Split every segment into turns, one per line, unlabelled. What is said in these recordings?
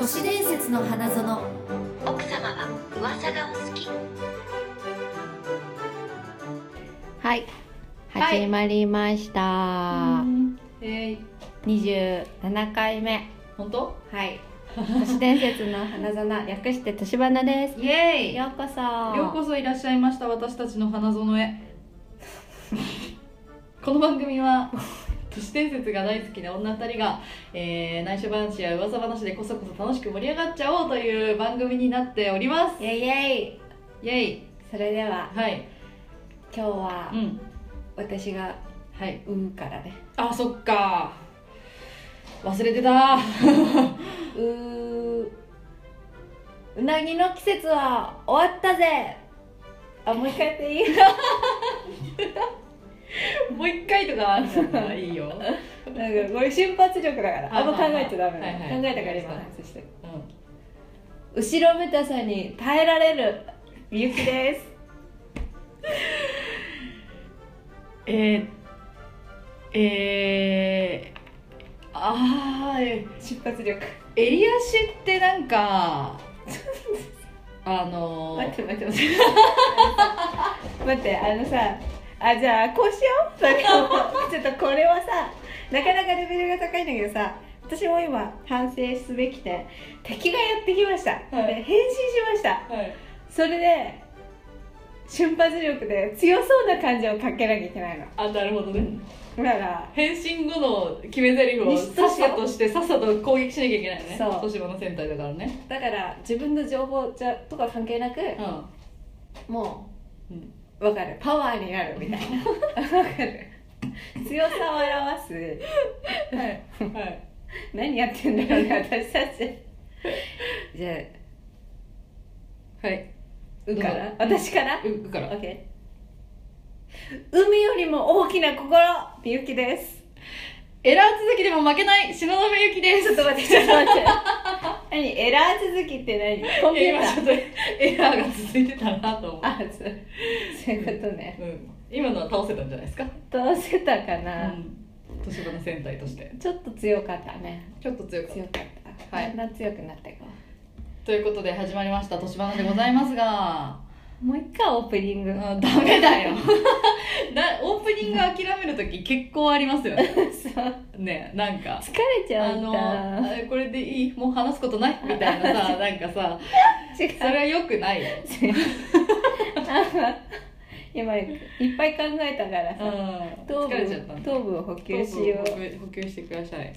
都市伝説の花園
奥様は噂がお好き
はい、
はい
始まりました、
えー、
27回目
本当
はい「都市伝説の花園」略して「としばな」です
イエ
ようこそ
ようこそいらっしゃいました私たちの花園へ この番組は都市伝説が大好きな女二人が、えー内緒話や噂話でこそこそ楽しく盛り上がっちゃおうという番組になっております
イェイイェイ
イエイ
それでは
はい
今日は
うん
私が
はい
「う」からね
あそっか忘れてた
「う」うなぎの季節は終わったぜあもう一回やっていい
もう一回とかあるからいいよ、
なんかこれ瞬発力だからあんま考えちゃダメ、
はいはいはい
考えたから今話してる
う
後ろめたさに耐えられるみゆきです
ん、えー、えー、あーえー
出発力
襟足ってなん かあの
待って待って待って 待ってあのさあじゃあこうしようなんかちょっとこれはさなかなかレベルが高いんだけどさ私も今反省すべき点敵がやってきました、
はい
で変身しました
はい、
それで瞬発力で強そうな感じをかけなきゃいけないの
あなるほどね
だから
変身後の決め台詞を
西
さ
都
っ
市
さとしてさっさと攻撃しなきゃいけないよね
そう
年場の戦隊だからね
だから自分の情報じゃとか関係なく
うん
も
うん
うわかるパワーになるみたいな わかる強さを表す
はいはい
何やってんだろうね私たちじゃあ
はい
「う」か
ど
ら
うぞ
私から
ううから
オッケー海よりも大きな心みゆきです
エラー続きでも負けない篠宮ゆきです
ちょっと待ってちょっと待 って何エラー続きって何コンピュー
今ちょっとエラーが続いてたなと思
ターあそうそういうことね
う、うん、今のは倒せたんじゃないですか
どうせたか
う
な、
ん年場の戦隊として
ちょっと強かったね
ちょっと強かった
強かった、
はい
だんだん強くなっていこ
ということで始まりました年花でございますが
うもう一回オープニング、
うん ダメだよなオープニング諦める時結構ありますよね
そう
ねなんか
疲れち
あ
ゃうん
の
だ
あこれでいいもう話すことないみたい なさなんかさ
違
それはよくないよ、
今いっぱい考えたから
う
さ、
ん、
糖
疲
分
れちゃったんだ
糖分を補給しよう
糖分を補給補給してください、はい、
はい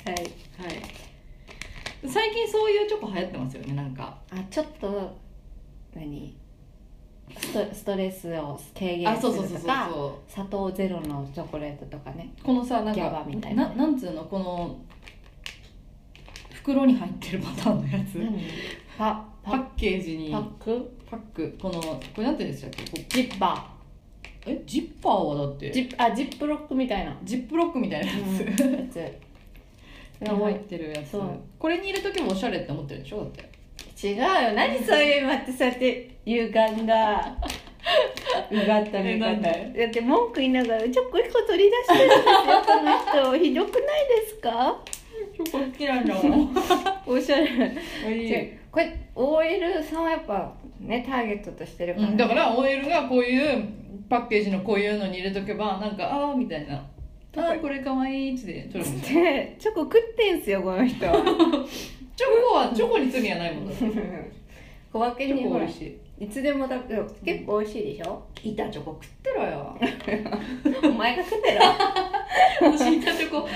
最近そういうチョコ流行ってますよねなんか
あちょっと何ストストレスを軽減
あ
す
そう
る
そうそうそう
とか
そ
砂糖ゼロのチョコレートとかね
うこのさなん
ギャ
か
バみたいな
なんつうのこの袋に入ってるパターンのやつ
何パ
パ
パ
ッケージに
パック
パックこのこれなんて言うんでしたっけこ
ジッパ
うえジッパーはだっ
ー
て
ジ
ジ
ップあジップロックみたいな、
ップロックみたいなや
うん、や
つ、
つ
が入ってるやつ
そう
これにいる時もおしゃれって思ってるでしょだって
違うよ何そういう今ってそうやって歪んだ うがった
え
見
なん
方だ
で
って文句言いながらちょこ一個取り出してるんですよこの人ひどくないですか
チョコ好きなんだ もん
おしゃれ
いい、
これ OL さんはやっぱねターゲットとしてるか
う
ら、
ん、だから OL がこういうパッケージのこういうのに入れとけばなんかああみたいな「あーこれかわいい」っつって取るもんね
でチョコ食ってんすよこの 人
チョコ はチョコに罪はないもんだって
小分け
チ
にほ
ョコ美
ら
味しい
いつでも食べる結構美味しいでしょ、
板チョコ食ってろ よ
お前が食ってろ
私板チョ コ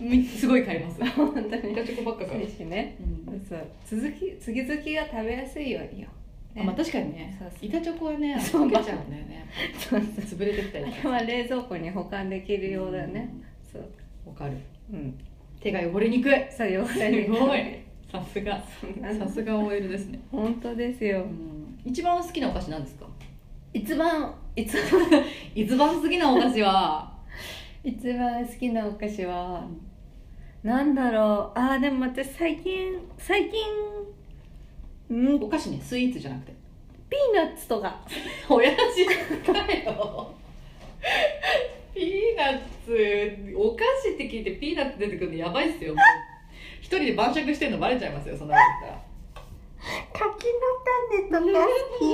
みすごい買います
本当に
板チョコばっか
そう
買う、
ですね
うん
そう続き次々が食べやすいようによ、ね
あまあ確かにね
そうそう
板チョコはね
そう
溶けちゃうんだよね
そうそう
潰れてきたり
あれは冷蔵庫に保管できるようだね、そう
わかる
うん
手が汚れにくい
そうよ
すごいさすがさすが OL ですね、
本当です
う
よ
ん、一番好きなお菓子なんですか
一番一番
一番好きなお菓子は
一番好きなお菓子はなんだろうあーでも私最近最近うんピ
お菓子ねスイーツじゃなくて
ーナッツとか
親父だよピーナッツお菓子って聞いてピーナッツ出てくるのやばいっすよもう一人で晩酌してんのバレちゃいますよそんなこと言っ
柿の種とか
たら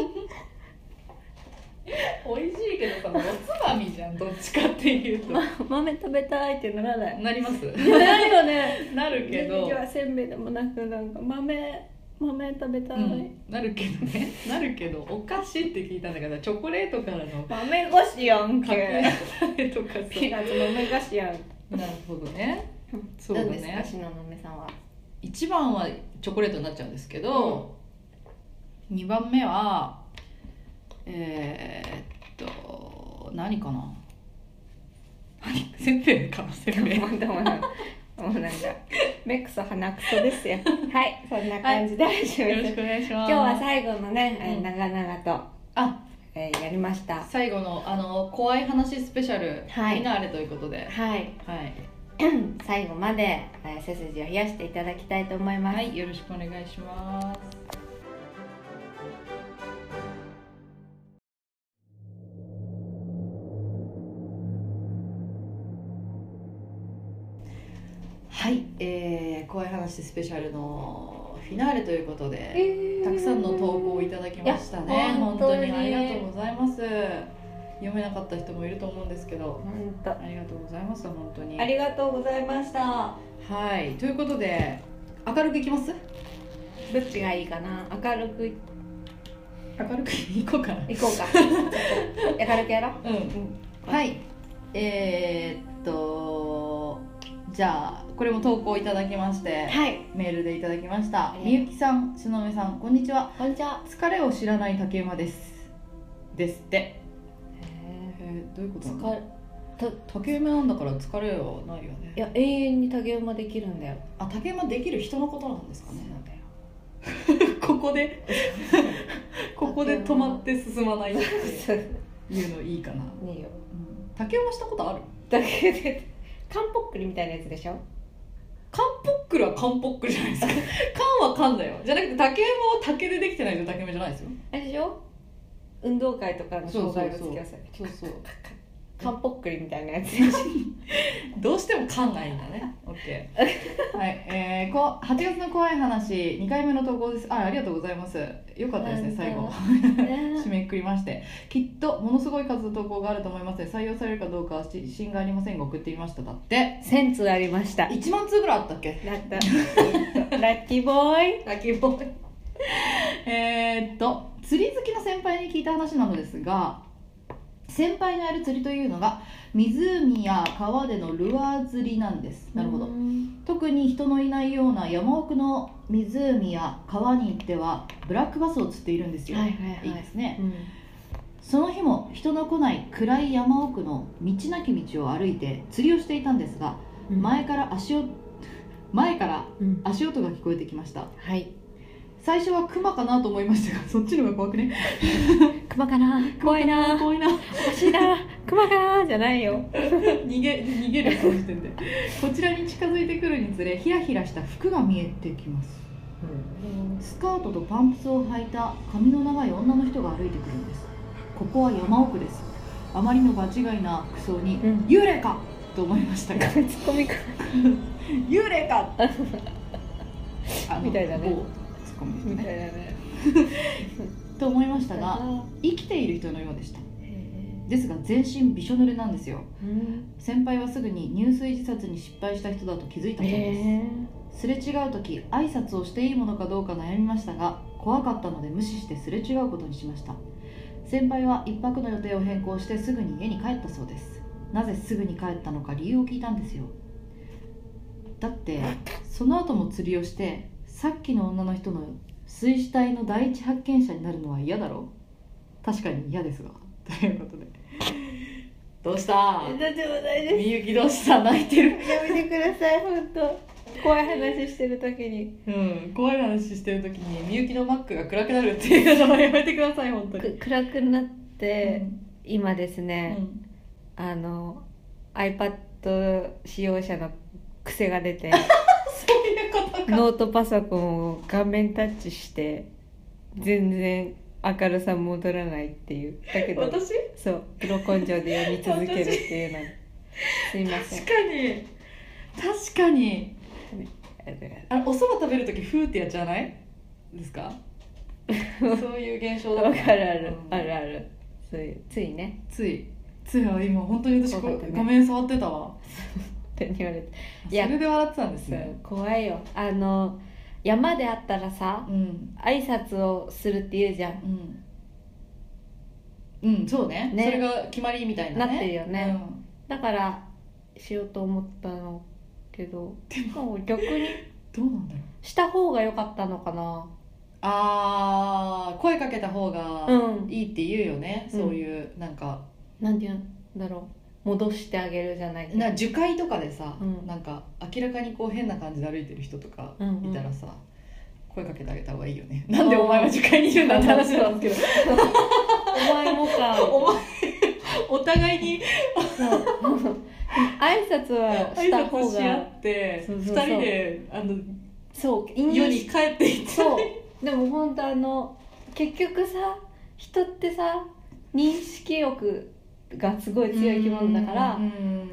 美味しいけどさおつまみじゃんどっちかっていうと
豆食べたいってならない
なります
なるよね
なるけど
時々はせんべいでもなくなんか豆豆食べたい、
うん、なるけどねなるけどお菓子って聞いたんだからチョコレートからの
豆菓子やん
隠
け
れと かさ
ピーナッツ豆菓子やん
なるほどねそうだ
何ですか
ね
篠宮さんは
一番はチョコレートになっちゃうんですけど、二番目はえー、っと何かな何 せんべいかなせんべい
もうでもなんかもうなんか目くそ鼻くそです よはいそんな感じで始
よ
め
ろ
て
しくお願いし
今
ま
日
す
は最後のね、えー
うん
長々と、
あ
えーやりました
最後のあの怖い話スペシャル、
はい
フィナーレということで
はい
はい、
最後まで、えー背筋を冷やしていただきたいと思います、
はい、よろしくお願いしますはい、えー、怖い話スペシャルのフィナーレということで、たくさんの投稿をいただきました
いや本
ね本
当
当
に
にありがとうございます読めなかった人もいると思うんですけど
本当
ありがとうございます本当に
ありがとうございました
はいということで明るくいきます
どっちがいいかな明るくい
明るくいこうかな
こ うかちょっと明るくやろう
うんはいえー、っとじゃあこれも投稿いただきまして
はい
メールでいただきました
あり
みゆきさんしのめさんこんにちは
こんにちは
疲れを知らない竹馬ですですって
へ
えー、どういうこ
ー
とな
疲
の
れ
竹馬なんだから疲れはないよね
いや永遠に竹馬できるんだよ
あ竹馬できる人のことなんですかね ここでここで止まって進まないって いうのいいかな、
ねえよ
うん竹馬したことある
だけでカンポックリみたいなやつでしょ
カンポックルはカンポックルじゃないですか カンはカンだよじゃなくて竹馬は竹でできてないと竹馬じゃないですよ
あれでしょ運動会とかの障害物
そう
付
そうそう
き合わせ
そうそう
カンポックリみたいなやつでしょ
どうしてもカンないんだね OK はいえー、こ8月の怖い話2回目の投稿ですあありがとうございますよかったですね最後締めくくりましてきっとものすごい数の投稿があると思いますね採用されるかどうかは自信がありませんが送ってみましただって
1000通ありました
1万通ぐらいあったっけ
なった ラッキーボーイ
ラッキーボーイえーっと釣り好きの先輩に聞いた話なのですが先輩のやる釣りというのが湖や川でのルアー釣りなんですなるほど特に人のいないような山奥の湖や川に行ってはブラックバスを釣っているんですよ、
はいはい
い
は
で
い
すね
うん
その日も人の来ない暗い山奥の道なき道を歩いて釣りをしていたんですが前から足音前から
うん
足音が聞こえてきました
はい
最初はクマかなと思いましたがそ っちの方が怖くね
クマかな怖いな
怖いな
おかしいなクマかなじゃないよ
逃げ逃げるそうしてんでこちらに近づいてくるにつれヒラヒラした服が見えてきますスカートとパンプスを履いた髪の長い女の人が歩いてくるんですここは山奥ですあまりの場違いな服装に
うん
幽霊かと思いました が
ツッコミか
幽霊 かあの
みたいだね
某ツッコミです
みたいな
ね
ね
と思いましたが生きている人のようでした
へえ
ですが全身びしょ濡れなんですよ
うん
先輩はすぐに入水自殺に失敗した人だと気づいたそうです、
へえ
すれ違う時挨拶をしていいものかどうか悩みましたが怖かったので無視してすれ違うことにしました先輩は一泊の予定を変更してすぐに家に帰ったそうですなぜすぐに帰ったのか理由を聞いたんですよだってその後も釣りをしてさっきの女の人の水死体の第一発見者になるのは嫌だろう確かに嫌ですがということでどうした
とんでもないです
みゆきどうした泣いてる
やめてください本当怖い話してる時に
うん、怖い話してる時にみゆきのマックが暗くなるっていうのはやめてください本当に、
く暗くなって、今です
う
ね、
ん
あの iPad 使用者の癖が 出て
そういうことか
ノートパソコンを画面タッチして全然明るさ戻らないっていうだけど
私
そうプロ根性で読み続ける っていうのすいません
確かに確かにあのおそば食べるときふーってやっちゃわないですかそういう現象だ
わかるある、
うん
あるあるそういうついね
ついついは今本当に私こ
わかったね
画面触ってたわ
って言われて
そ
いや
れで笑ってたんです
そう
ね
怖いよあの山であったらさ
うん
挨拶をするって言うじゃん
うんうんそうね
ね
それが決まりみたいなね
なってるよね
うん
だからしようと思ったのけどでも逆に
どうなんだろう
した方が良かったのかな
あー声かけた方が
うん
いいって言うよね、
うん
そういうなんか
なんて言うんだろう戻してあげるじゃないけど
な樹海とかでさ、
うん
なんか明らかにこう変な感じで歩いてる人とか
うんうん
いたらさ、声かけてあげた方がいいよね なんでお前は樹海にいるんだって話 なんですけ
お前もか
どお前お互いに
そう挨拶は
挨
した方
拶し合
が
って
そう
二
そうそう
人であの
そう
世に帰っていって
そうでも本当あの結局さ人ってさ認識欲がすごい強い生き物だから、
うんう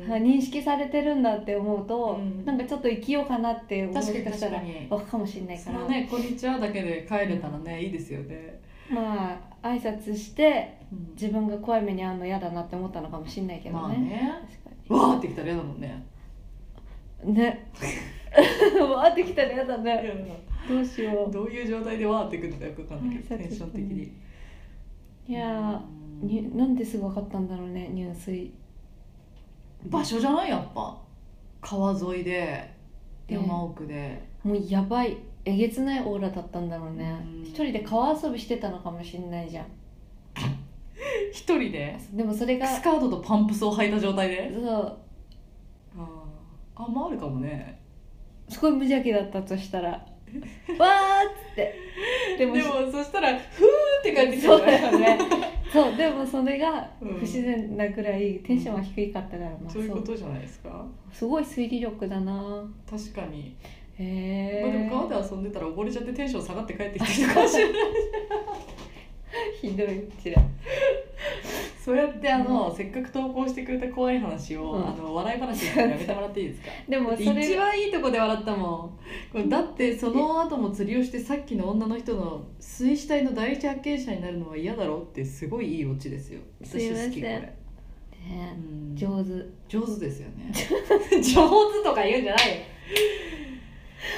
ん
あ認識されてるんだって思うと、
うん
なんかちょっと生きようかなって思っ
確かに
た
確からに
わかもしれない
そ
から
のね「こんにちは」だけで帰れたらね、いいですよね、
まあ挨拶して
うん
自分が怖い目に遭うの嫌だなって思ったのかもしれないけど
まあ
ね,、
ね
確
わーってきたら嫌だもんね
かにねわーってきたら嫌だねどうしよ
どういう状態でわーってくるのかよくわかんないけど
挨拶
テンション的に
ういや
う
ー
ん
になんですぐ分かったんだろうね入水
場所じゃないやっぱ川沿いで
ね
山奥で、
もうやばいえげつないオーラだったんだろうね
うん
一人で川遊びしてたのかもしれないじゃん
一人で
でもそれが
スカートとパンプスを履いた状態で
そう
あーあまああるかもね
すごい無邪気だったとしたら わーっつってで
で
も
もそしたらふーって感じ
そうだよねそうでもそれが
うん
不自然なくらいテンションは低かったから、まあ、
そういうこ
そう
とじゃないですか
すごい推理力だな
確かに、
へ
まあ、で
え
も川で遊んでたら溺れちゃってテンション下がって帰ってきてるかもしれない
ひどいうちら
そうやってあの、せっかく投稿してくれた怖い話を、
うん
あの笑い話にやめてもらっていいですか
でもそ
一
れ
番いいとこで笑ったもんこれだってその後も釣りをしてさっきの女の人の水死体の第一発見者になるのは嫌だろってすごいいいオチですよ
すい
私
ま
好
せん
きこれ、う
ね
ん、上
上手
手ですよね上手とか言うんじゃないよ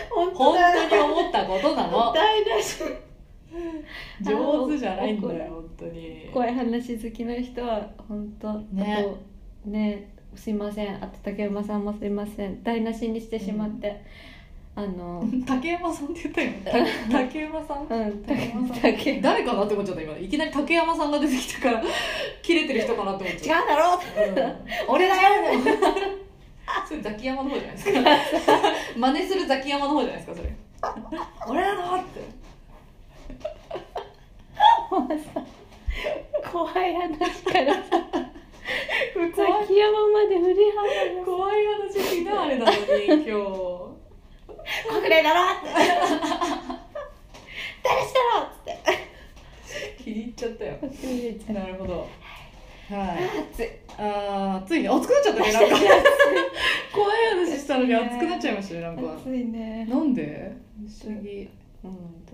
本
本当に思ったことな の
台無し
上手じゃないんだよ本当に
怖い話好きの人は本当
ね
あとねすいませんあと竹山さんもすいません台無しにしてしまって、あ の
竹山さんって言ったよねた竹山 さん
うん
竹山さん
竹違う
誰かなって思っちゃった今いきなり竹山さんが出てきたから切れてる人かなって思っちゃっ
だろう
た違う、
俺だよ
それザキヤマの方じゃないですか真似するザキヤマの方じゃないですかそれ俺だなって
怖い話からさ崎山まで振り幅
怖い話しなあれなのに今日
が隠れだろって誰したろっつって
気に入っちゃったよなるほどはい
熱い
あーついに熱くなっちゃったねなんか怖い話したのに熱くなっちゃいましたねなんか
熱いね
なんで不思議
うんだ、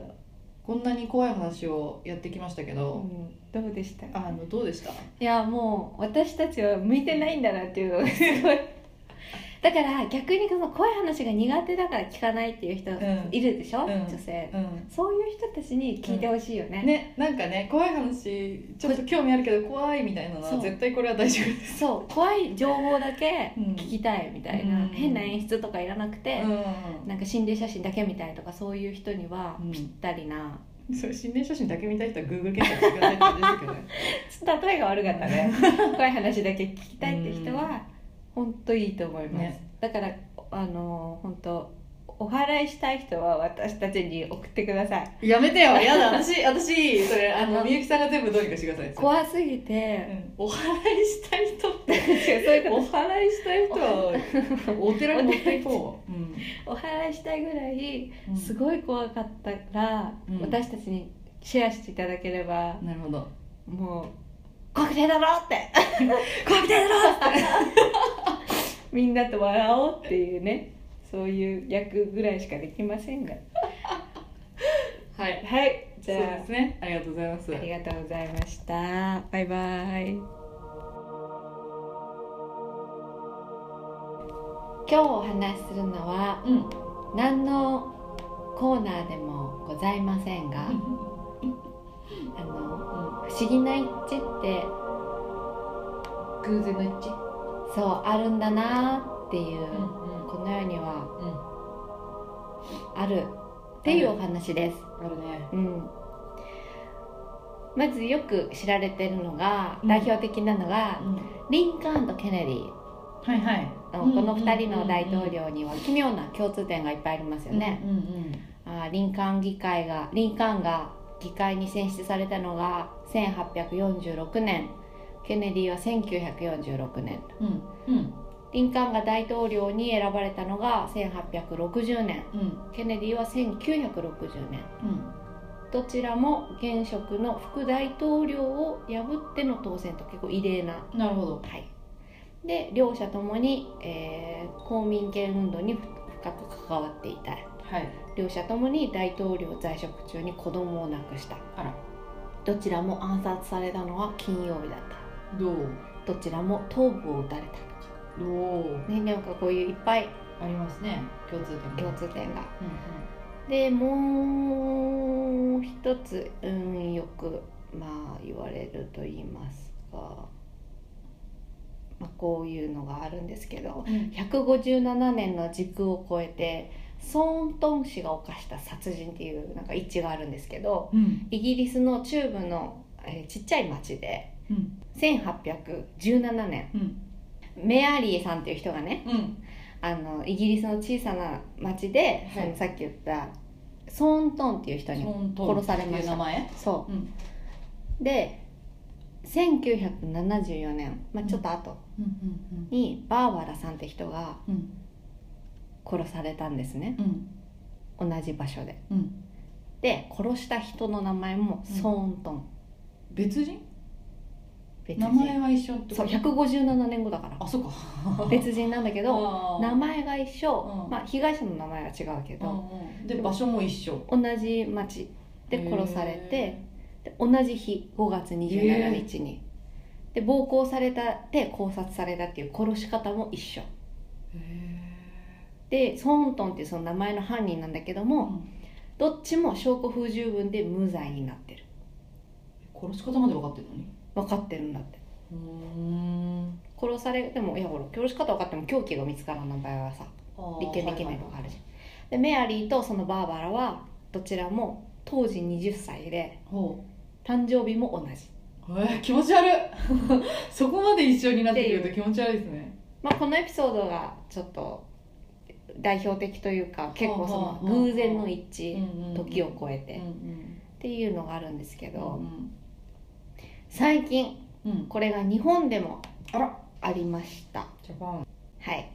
こんなに怖い話をやってきましたけ
う
ど、
ん、どうでした
あのどうでした
いやもう私たちは向いてないんだなっていうのがすごいだから逆にその怖い話が苦手だから聞かないっていう人
ん
いるでしょ、
うん
女性
うん
そういう人たちに聞いてほしいよね,、
ね、なんかね怖い話ちょっと興味あるけど怖いみたいなの
そ
は
う
絶対これは大丈夫です
そう怖い情報だけ
うん
聞きたいみたいな、
うん
変な演出とかいらなくて、
う
なんか心霊写真だけみたいとかそういう人には
うん
ぴったりな、
んそれ心霊写真だけ見たい人は Google 検索してくださいって感じですけどね
ちょっと例えが悪かった ね怖い話だけ聞きたいって人は本当いいと思います、
ね
だからあの本当お祓いしたい人は私たちに送ってください
やめてよやだ私私それあ
あの
のみゆきさんが全部どうにかしてくださいい、
怖すぎ
う
て
ん、お祓いしたい人っ
そう
て
いう
お
こ
祓いしたい人は お寺に持っていこう、うん
とお祓いしたいぐらい
うん
すごい怖かったら、
うん
私たちにシェアしていただければ、
なるほど
もう怖くねえだろって 怖くねえだろってみんなと笑おうっていうねそういう役ぐらいしかできませんが
はい
はいじ
そう
ゃ
ですねありがとうございます
あありがとうございましたバイバイ今日お話しするのは
うん
何のコーナーでもございませんが、あの、不思議な一致って
偶然の一致
そうあるんだなっていう、
ん
この世には
うん
あるっていうお話です、
あるね
うん、まずよく知られてるのが、
うん
代表的なのが
うん
リンカーンとケネディ
はいはい
の
うん
この2人の大統領には奇妙な共通点がいっぱいありますよね、
うんうん
あーリンカーン議会がリンカーンが議会に選出されたのが1846年ケネディは1946年
うんうん
リンカーンが大統領に選ばれたのが1860年
うん
ケネディは1960年どちらも現職の副大統領を破っての当選と結構異例な、
うんなるほど
はい、で両者ともに、えー公民権運動に深く関わっていた
はい
両者ともに大統領在職中に子供を亡くした
あら
どちらも暗殺されたのは金曜日だった
どう
どちらも頭部を撃たれたと
どう
かねなんかこういういっぱい
ありますね共通点
共通点が
うん
でもう一つ運よくまあ言われると言いますか、まあ、こういうのがあるんですけど
うんうん
157年の時空を超えてソーントン氏が犯した殺人っていうなんか一致があるんですけど
うん
イギリスの中部の、えーちっちゃい町で
うん
1817年、
うん
メアリーさんっていう人がね
うん
あのイギリスの小さな町で、
はい
そのさっき言ったソーントンっていう人に殺されました
名前
そう、
うん
で1974年、まあ、ちょっと後
うんうん
にバーバラさんって人が
うん
殺されたんですね
うん
同じ場所で、
うん
で殺した人の名前も
うん
ソーントン、
別人
別人
名前は一緒って
そう
こと
157年後だから
あそうか
別人なんだけど
あー
名前が一緒、
うん
まあ、被害者の名前は違うけ
う
ど、
んうんで場所も一緒
同じ町で殺されて
へ
で同じ日5月27日に、で暴行されたで考察されたっていう殺し方も一緒
ーへ
でソーントンっていうその名前の犯人なんだけど
ーう
も
ん
どっちも証拠不十分で無罪になってる
殺し方まで分かってるのに
分かってるんだって
うーん
殺されてもいやほら殺し方分かっても凶器が見つからない場合はさ
あー
立件できないとかあるじゃん、でメアリーとそのバーバラはどちらも当時20歳で
ほ
誕生日も同じ、
うえー、気持ち悪い そこまで一緒になってくると気持ち悪いですね
まあ、このエピソードがちょっと代表的というか結構そ
うんうんう
の
ん
偶然の一致、時を超え
え
て
うんうん
っていうのがあるんですけ
う
ど
ん
最近
うん
これが日本でも
あら
ありました
ジャパン
はい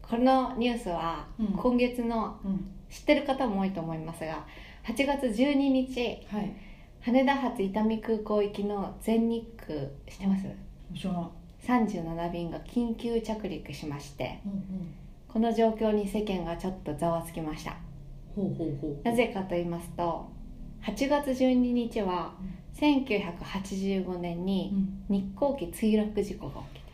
このニュースは
うん
今月の
うん
知ってる方も多いと思いますが8月12日
はい
羽田発伊丹空港行きの全日空知ってます
しょうがない
37便が緊急着陸しまして
うんうん
この状況に世間がちょっとざわつきました
ほうほうほう
なぜかと言いますと8月12日は1985年
う
に
ん
日航機墜落事故が起きて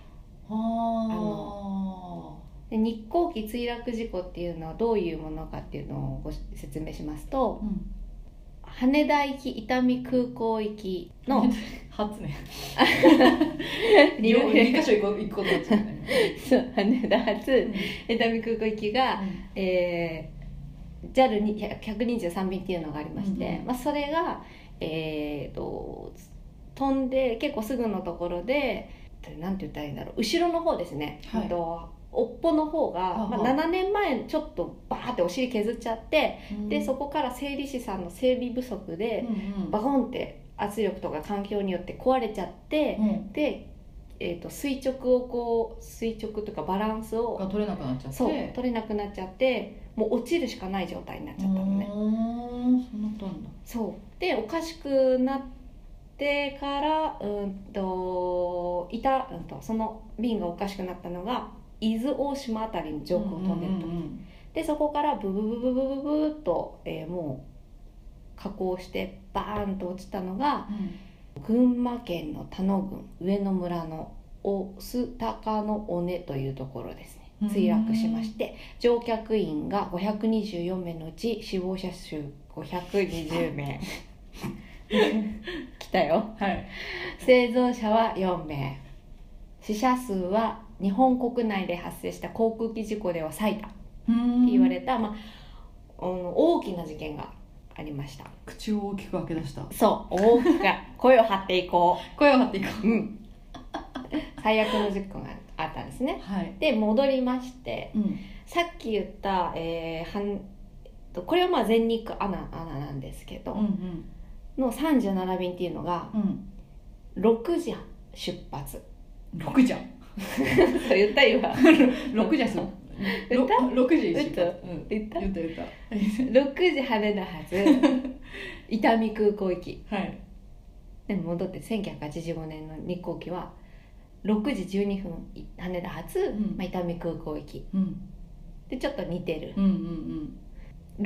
あ
は
で日航機墜落事故っていうのはどういうものかっていうのをご説明します
あ
と
うん
羽田行き伊丹空港行きの
の初ね
両
両二箇所行こう行くことになっちゃ うね
そう羽田
う
発
ん
伊丹空港行きが、えー、JAL123 便っていうのがありまして、
うんうん
まあ、それが、えー、と飛んで結構すぐのところでなんて言ったらいいんだろう後ろの方ですね、
はい
えっと尾っぽの方が、
は
ま
は
あ、7年前ちょっとバーってお尻削っちゃって、
うん
でそこから整理士さんの整備不足
うん
で、
うん
バコンって圧力とか環境によって壊れちゃって、
うん
で、えー、と垂直をこう垂直というかバランスを
が取れなくなっちゃって
そう取れなくなっちゃってもう落ちるしかない状態になっちゃったのね、
うーんそうなったんだ
そうでおかしくなってからうんといた、うん、とその便がおかしくなったのが伊豆大島あたりに上空を飛んでる時、
うんうんうん
でそこからブブブブブブブーっと、えーもう加工してバーンと落ちたのが群馬県の田野郡上野村の御巣鷹の尾根というところですね
うん
墜落しまして乗客員が524名のうち死亡者数520名 来たよ
はい
生存者は4名死者数は日本国内で発生した航空機事故では最多って
うん
言われた、まあ、あの大きな事件がありました
口を大きく開け出した
そう大きな声を張っていこ
声を張っていこ
う、うん、最悪の事故があったんですね
うはい
で戻りまして
うん
さっき言った、えーはんこれはまあ全日空アナアナなんですけど、
うんうん
の37便っていうのが
うん
6時出発
六じゃん
そう言った今
六じゃんす
言った
六時
言った
うん
言った
言った言っ
6時羽田発伊丹空港行き
たはい
でも戻って1985年の日航機は6時12分い羽田発、
ん
まあ、伊丹空港行き
うん
でちょっと似てる
うんうん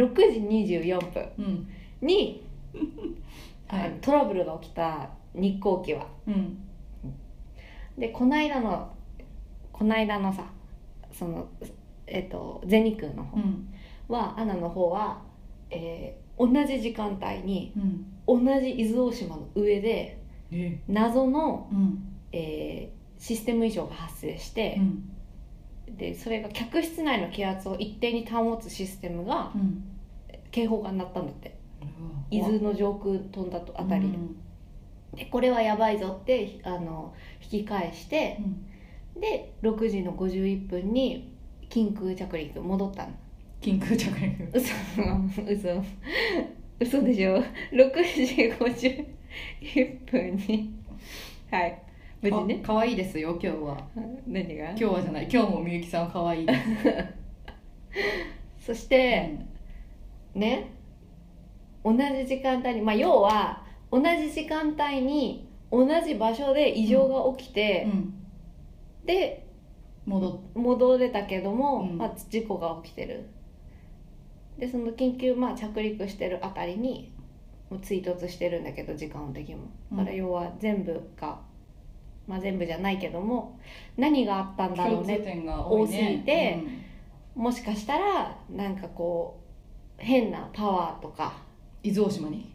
6時24分
うんうん
に、
は
あ
い
のトラブルが起きた日航機は
うん
でこないだのこないだのさそのえっと全日空の方
うん
は、アナの方は、えー同じ時間帯に
うん
同じ伊豆大島の上で
え
謎の
うん
えーシステム異常が発生して、でそれが客室内の気圧を一定に保つシステムが
うん
警報が鳴ったんだって伊豆の上空飛んだとあたりで,、
うん
でこれはやばいぞってひあの引き返して
うん
で6時の51分に緊急着陸戻ったの
緊急着陸
嘘嘘嘘でしょ6時51分にはい無事ね
あ可愛いですよ今日は
何が
今日はじゃない今日もみゆきさん可愛いです
そして、ね同じ時間帯にまあ要は同じ時間帯に同じ場所で異常が起き
う
て、
ん
で
戻っ
戻れたけども、
うん
まあ、事故が起きてるでその緊急、まあ、着陸してるあたりにもう追突してるんだけど時間的にも
うん
だから要は全部が、まあ、全部じゃないけども何があったんだろ
共
う
通
ね
点が多いね
多すぎてもしかしたらなんかこう変なパワーとか
うん伊豆大島に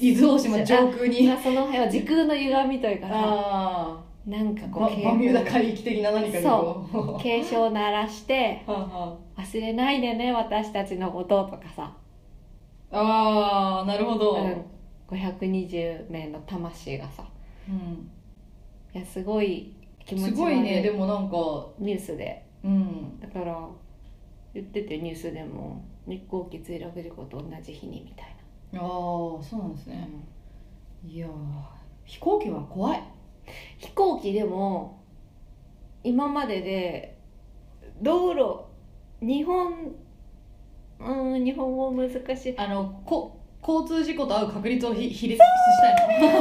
伊豆大島上空に
まあその辺は時空の歪みというかさ
あ
なんか
あ
こ
バ
う
バミューダ海域的な何かにこう は
警鐘を鳴らして
あは
「忘れないでね私たちのこと」とかさ、
ああーなるほど、
うん、520名の魂がさ
うん
いやすごい気持
す
ち
ご
悪い
いねでもなんか
ニュースで
うん
だから言っててニュースでも日航機墜落事故と同じ日にみたい
ああそうなんです
な、
ねいやー飛行機は怖い
飛行機でも今までで道路日本うん日本語難しい
あのこ交通事故と遭う確率をひ比率したい の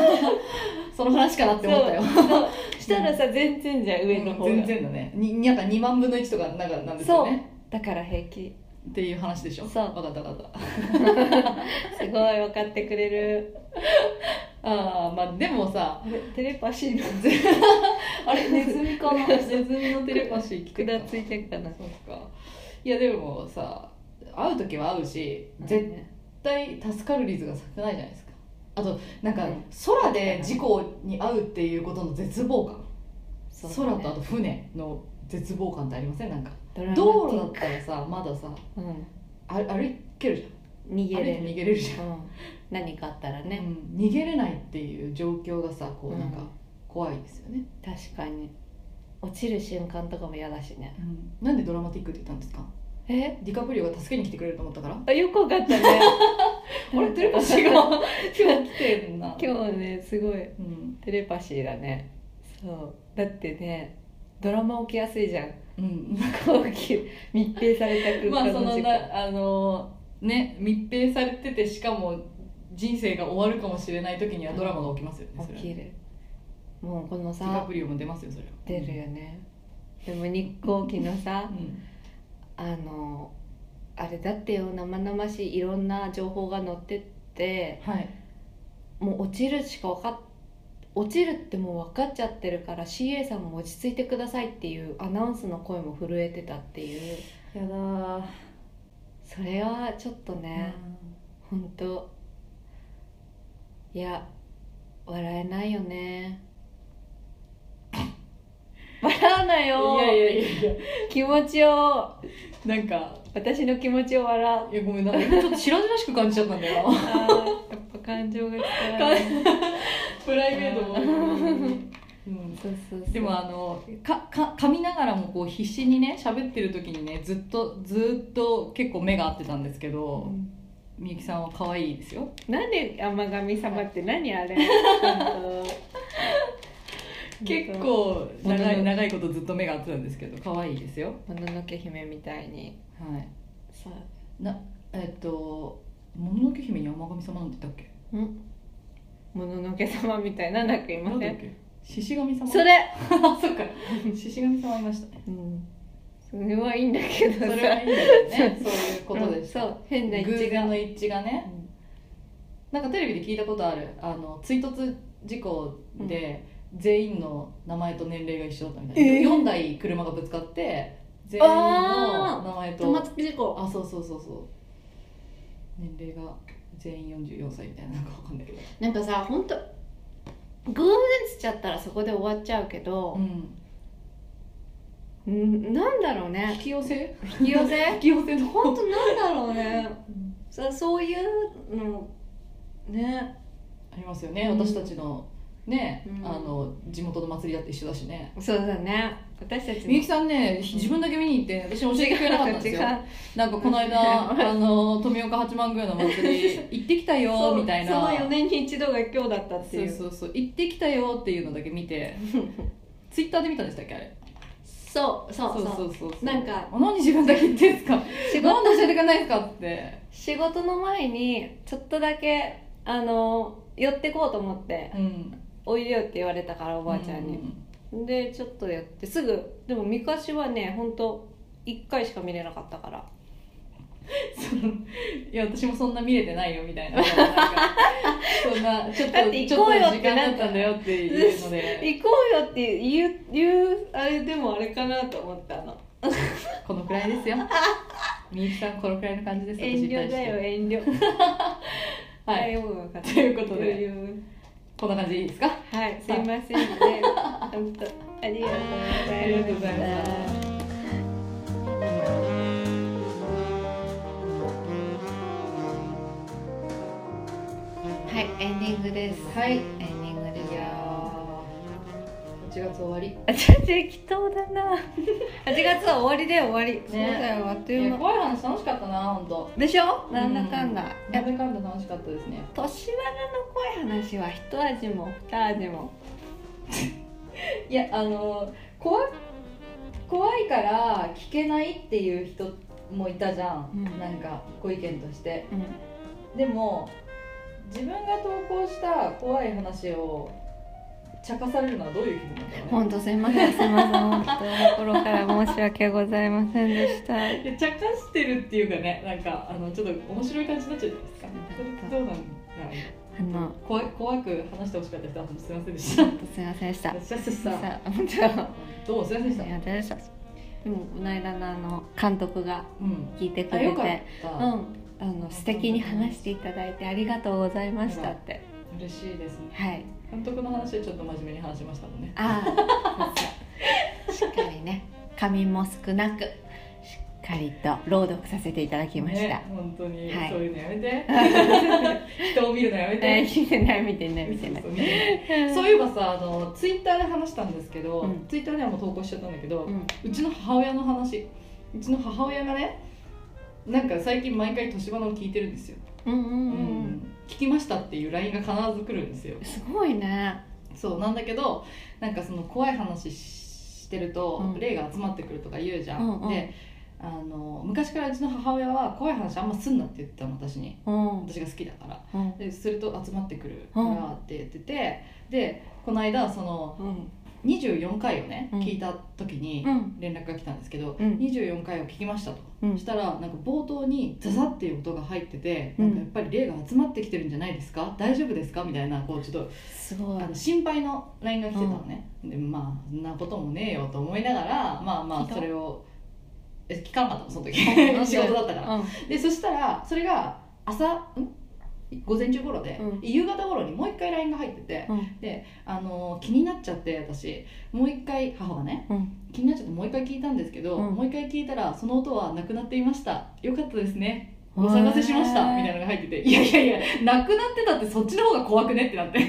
その話かなって思ったよ
したらさ全然じゃん上の方が、
全然だねになんか2万分の1とかなんかなんですよ
そう
ね
だから平気
っていう話でしょ
そう
分かった分かった
すごい分かってくれる
ああまあでもさ
あれテレパシーの
あれネズミかな ネズミのテレパシー聞
く
く
だ
か
ついてるかな
そうかいやでもさ会う時は会うし絶対助かる率が少ないじゃないですかあとなんか
うん
空で事故に遭うっていうことの絶望感、
そ
空
う
とあと船の絶望感ってありませんなんか
だね
道路
ドラ
だ
マ
っ
テ
たらさまださ
ィックうん
あ歩けるじ
逃
ゃ
げれ
ん歩いて
る、
逃げれるじゃん
うん、何かあったら
う
ね、
ん、逃げれないっていう状況がさこうなんか
うん
怖いですよね、
確かに落ちる瞬間とかも嫌だしね
なんでドラマティックって言ったんですか
え
ディカプリオが助けに来てくれると思っ たから
あよく分かったね
あれテレパシーが今日来てるな
今日ねすごい
うん、
テレパシーだねそうだってねドラマ起きやすい じゃん
うん、
こうき密閉された
まあ
空間
そ
の
の
時間
なあのね密閉されててしかも人生が終わるかもしれない時にはドラマが起きますよね、それ
起
は
きるもうこの
ディカ
さ
プリオも出ますよそれは
出るよねでも日航機のさ
うん
あのあれだってよ生々しいいろんな情報が載ってって
はい
もう落ちるしか分かっ落ちるってもう分かっちゃってるから CA さんも落ち着いてくださいっていうアナウンスの声も震えてたっていう
やだー、
それはちょっとね、本当いや笑えないよね 笑うなよ
いやい
気持ちを
やなんか
私の気持ちを笑う
いやごめんなんか今ちょっと白々しく感じちゃったんだよ
やっぱ感情が来たら
プライベートも、うん
そうそうそう
でもあのかか噛みながらもこう必死にね喋ってる時にねずっとずっと結構目が合ってたんですけ
う
ど
ん
みゆきさんは可愛いですよ
なんで甘神様って何あれ
結構
本当
長
う
い
ん
長いことずっと目が合ってたんですけど可愛いですよ
もののけ姫みたいに
はい
さ
えっともののけ姫に甘神様なんて言ったっけ
もののけ様みたいなんだっけいま
なん
せ
だっ
ん
け獅子神様
それ、
あそっか獅子神様いましたね
うん、それはいいんだけど
そ
さ
れはいいんだよねそういうことでした、
うんそう変な一
偶
致
然
が
の一致がねなんかテレビで聞いたことあるあの追突事故で全員の名前と年齢が一緒だったみたいな、
えー
4台車がぶつかって全員の名前と
玉突き事故
あそうそうそうそう年齢が全員44歳みたいななんかわかんないけど、
なんかさ本当偶然つっちゃったらそこで終わっちゃうけど
う、ん、
うん、なんだろうね
引き寄せ
引き寄せ
引き寄せの
本当なんだろうねそそういうのね
ありますよね
うん
私たちのね、
うん
あの地元の祭りだって一緒だしね
そうだね私たち
みゆきさんね自分だけ見に行って私教えてくれなかった んですよなんかこの間あの富岡八幡宮の祭り行ってきたよみたい
そ
な
の4年に一度が今日だったって
そ
いうう
そうそう行ってきたよっていうのだけ見 てツイッターで見たんでしたっけあれ
そうそうそう
そうそうそう
なんか
あ何自分だけ言ってんすか
仕事
何で教えてくれないですかって
仕事の前にちょっとだけあの寄ってこうと思って
うん
「おいでよ」って言われたからお
お
ばあちゃんに、でちょっとやってすぐでもみかしはね本当一1回しか見れなかったから
そのいや私もそんな見れてないよみ たいななんかそんなちょっと
だって
ち
行
ょっ
ことうよって
時間だったんだよっていうので
行こうよって言う言うあれでもあれかなと思ったの
このくらいですよみゆきさんこのくらいの感 じです
遠
私に対
慮
して
だよ遠慮
はい、
い分かった
ということで
余裕
こんな感じでいいですか
はいすいませんね本当ありがとうございました
ありがとうございました
はいエンディングです
は
エ
い
ンディングです
いやー8月終わり
あちょっと適当だな8月は終わりだよ終わり、そうだよあっという間
怖い話楽しかったな本当
でしょなんだかんだ、や
や
っぱ
べかんだ楽しかったですね
年輪の濃い話は一味も二味も
いやあの怖い怖いから聞けないっていう人もいたじゃん、
うん
なんかご意見として
うん
でも自分が投稿した怖い話を茶化されるのはどういう気分なんだろうね
本当すいませんすいません本当心から申し訳ございませんでした
いや茶化してるっていうかねなんかあのちょっと面白い感じになっちゃうじゃないですかそれどうなんだろう
あの
怖い怖く話してほしかった人は 本当すみませんでした。
本当すいませんでした
すいませんでした。
さあ本当
どうもすみませ
すい
んでした。
ませんでしたでもこの間のあの監督が
うん。
聞いてく
あ
れ
よかってた。
うん、あの素敵に話していただいてありがとうございましたって
嬉しいですね。
はい
監督の話はちょっと真面目に話しましたもんね。
あ あしっかりね仮眠も少なくしっかりと朗読させていただきました、
ね、本当に、
はい
そういうのやめて。 人を見るのやめ
えー
て。
見てない見てない見てない
そうそう見てないそういえばさあのツイッターで話したんですけど、
うん
ツイッターではもう投稿しちゃったんだけど、
うん
うちの母親の話うちの母親がねなんか最近毎回年花を聞いてるんですよ、
うんうん
う
うん
ん聞きましたっていう LINE が必ず来るんですよ
すごいね
そうなんだけどなんかその怖い話してると
うん
霊が集まってくるとか言うじゃん、
うんうん
であの昔からうちの母親は怖い話あんますんなって言ってたの私に
うん
私が好きだから
うん
ですると集まってくるからって言っててでこの間その
うん
24回をね、
うん
聞いた時に
うん
連絡が来たんですけど、
うん
24回を聞きましたと、
うん
したらなんか冒頭にザザっていう音が入ってて、
うん
なんかやっぱり霊が集まってきてるんじゃないですか大丈夫ですかみたいなこうちょっと
すごい
あの心配の LINE が来てたのね、でまあそんなこともねえよと思いながらまあま
聞い
あ
た
それをえ聞かなかったのその時
うん
仕事だったから
うん
でそしたらそれが朝ん午前中頃で、
うん
夕方頃にもう一回 LINE が入ってて、
うん
であのー気になっちゃって私もう一回母がね
うん
気になっちゃってもう一回聞いたんですけど、
うん
もう一回聞いたらその音はなくなっていましたよかったですねお探せしましたみたいなのが入ってていやいやいやなくなってたってそっちの方が怖くねってなって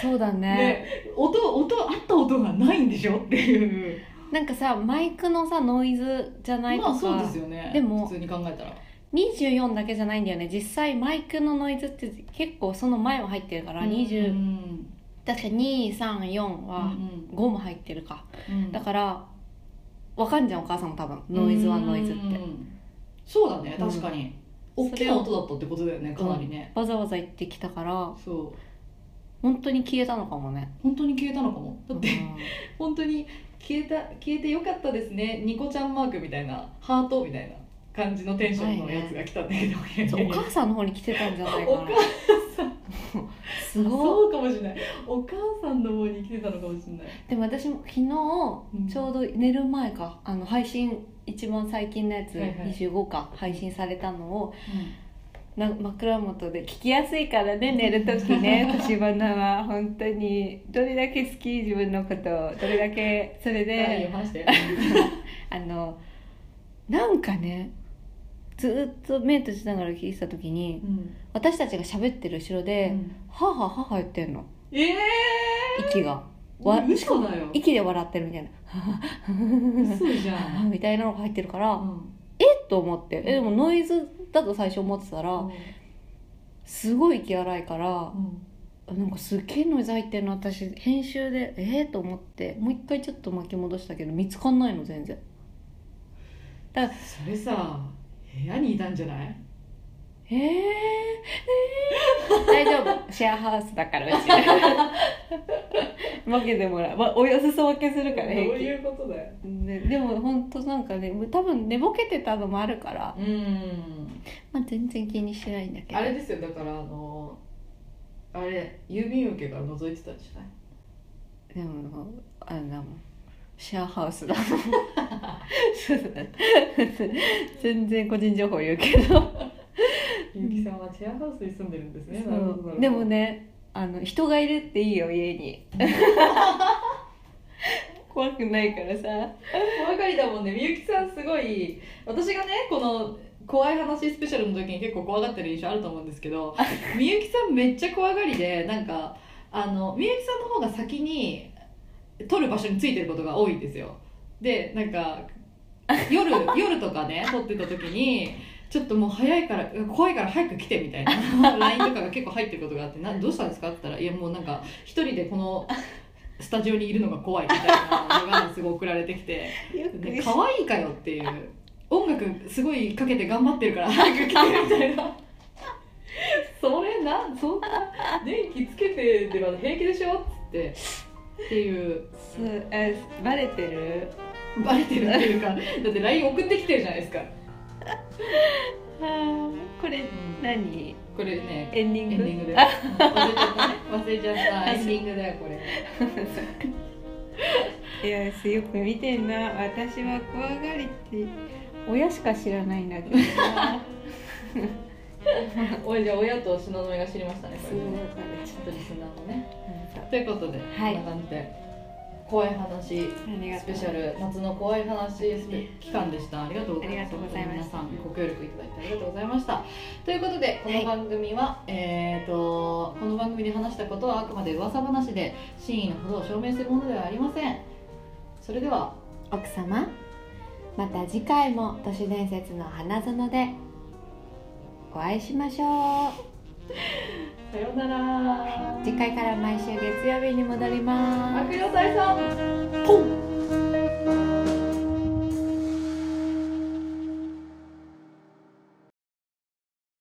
そうだね
で音音あった音がないんでしょっていう
なんかさマイクのさノイズじゃないと
ま
か、
あそうですよね
でも
普通に考えたら
24だけじゃないんだよね実際マイクのノイズって結構その前は入ってるから、
う
20
ん
確か234
うんう
は
ん
5も入ってるか、
うん
だからわかんじゃんお母さんも多分ノイズはノイズっ
う
て
んそうだね
うん
確かに、
それを
大きな音だったってことだよねかなりね、
わざわざ行ってきたから
そう
本当に消えたのかもね
本当に消えたのかもだって、
うん
本当に消えた消えてよかったですねニコちゃんマークみたいなハートみたいな感じのテンションのやつが来たんだけど、
そうお母さんの方に来てたんじゃないかな
お母さん
すごい
そうかもしれないお母さんの方に来てたのかもしれない
でも私も昨
うん
日ちょうど寝る前かあの配信一番最近のやつ
はいはい
25か配信されたのをな枕元で聞きやすいからね寝る時ね 年花は本当にどれだけ好き自分のことをどれだけそれ
で、はい、
で
まして
あのなんかねずっと目閉じながら聞いてた時に
うん
私たちが喋ってる後ろで「はあはあはあはあ言ってんの
ええ
息が
ー、
わ
嘘だよ
息で笑ってるみたいな
嘘じゃ
あ
ん、
みたいなのが入ってるから、
うん
えっと思ってえでもノイズだと最初思ってたらすごい息荒いから
うん
なんかすっげえノイズ入ってるの私編集でえっと思ってもう一回ちょっと巻き戻したけど見つかんないの全然
それさ部屋にいたんじゃない
えー、えー、大丈夫シェアハウスだからう ち分けてもらう、ま、およそ分けする
ど
から平気
うことだよ
ね、でも本当なんかね多分寝ぼけてたのもあるから、
うん
まあ、全然気にしないんだけど
あれですよだからあのあれ郵便受けから覗いてたんじ ゃない
でもあれだもんシェアハウスだもん全然個人情報言うけど
ゆうきさんはシェアハウスに住んでるんですねなるほどなるほど
でもねあの人がいるっていいよ家 に怖くないからさ
怖がりだもんねみゆきさんすごい私がねこの怖い話スペシャルの時に結構怖がってる印象あると思うんですけどみゆきさんめっちゃ怖がりでなんかあのみゆきさんの方が先に撮る場所についてることが多いんですよでなんか夜夜とかね撮ってた時にちょっともう早いから怖いから早く来てみたいな LINE とかが結構入ってることがあってなどうしたんですかって言ったらいやもうなんか一人でこのスタジオにいるのが怖いみたいなのがすごい送られてきて
よ
で可愛いかよっていう音楽すごいかけて頑張ってる から早く来てみたいな それなんそんな電気つけてでは平気でしょっつってっていう
えバレてる
バレてるっていうかだって LINE 送ってきてるじゃないですか、
あこれ何
これね
エンディ
エ
ン
ンデ
グ
ィングで忘れちゃった ね忘れちゃったエンディングだよこれ
いやよく見てんな私は怖がりって親しか知らないんだけどな
おいじゃあ親と東雲が知りましたねこ
す
れ
ごい
ね
わかるち
ちょっとリスナーもね
ょっ
ということで、
はい
こんな感じで怖い話
とありが
ス
と
ペ
う
シャル夏の怖い話スペ期間でした。ありがとうございま
ありが
す。
とうございます
皆さんご協力いただいてありがとうございました。ということでこの番組は、えっ、とこの番組で話したことはあくまで噂話で真意のほどを証明するものではありません。それでは
奥様また次回も都市伝説の花園でお会いしましょ
さようなら
う。次回から毎週月曜日に戻ります
悪霊退散。ポン。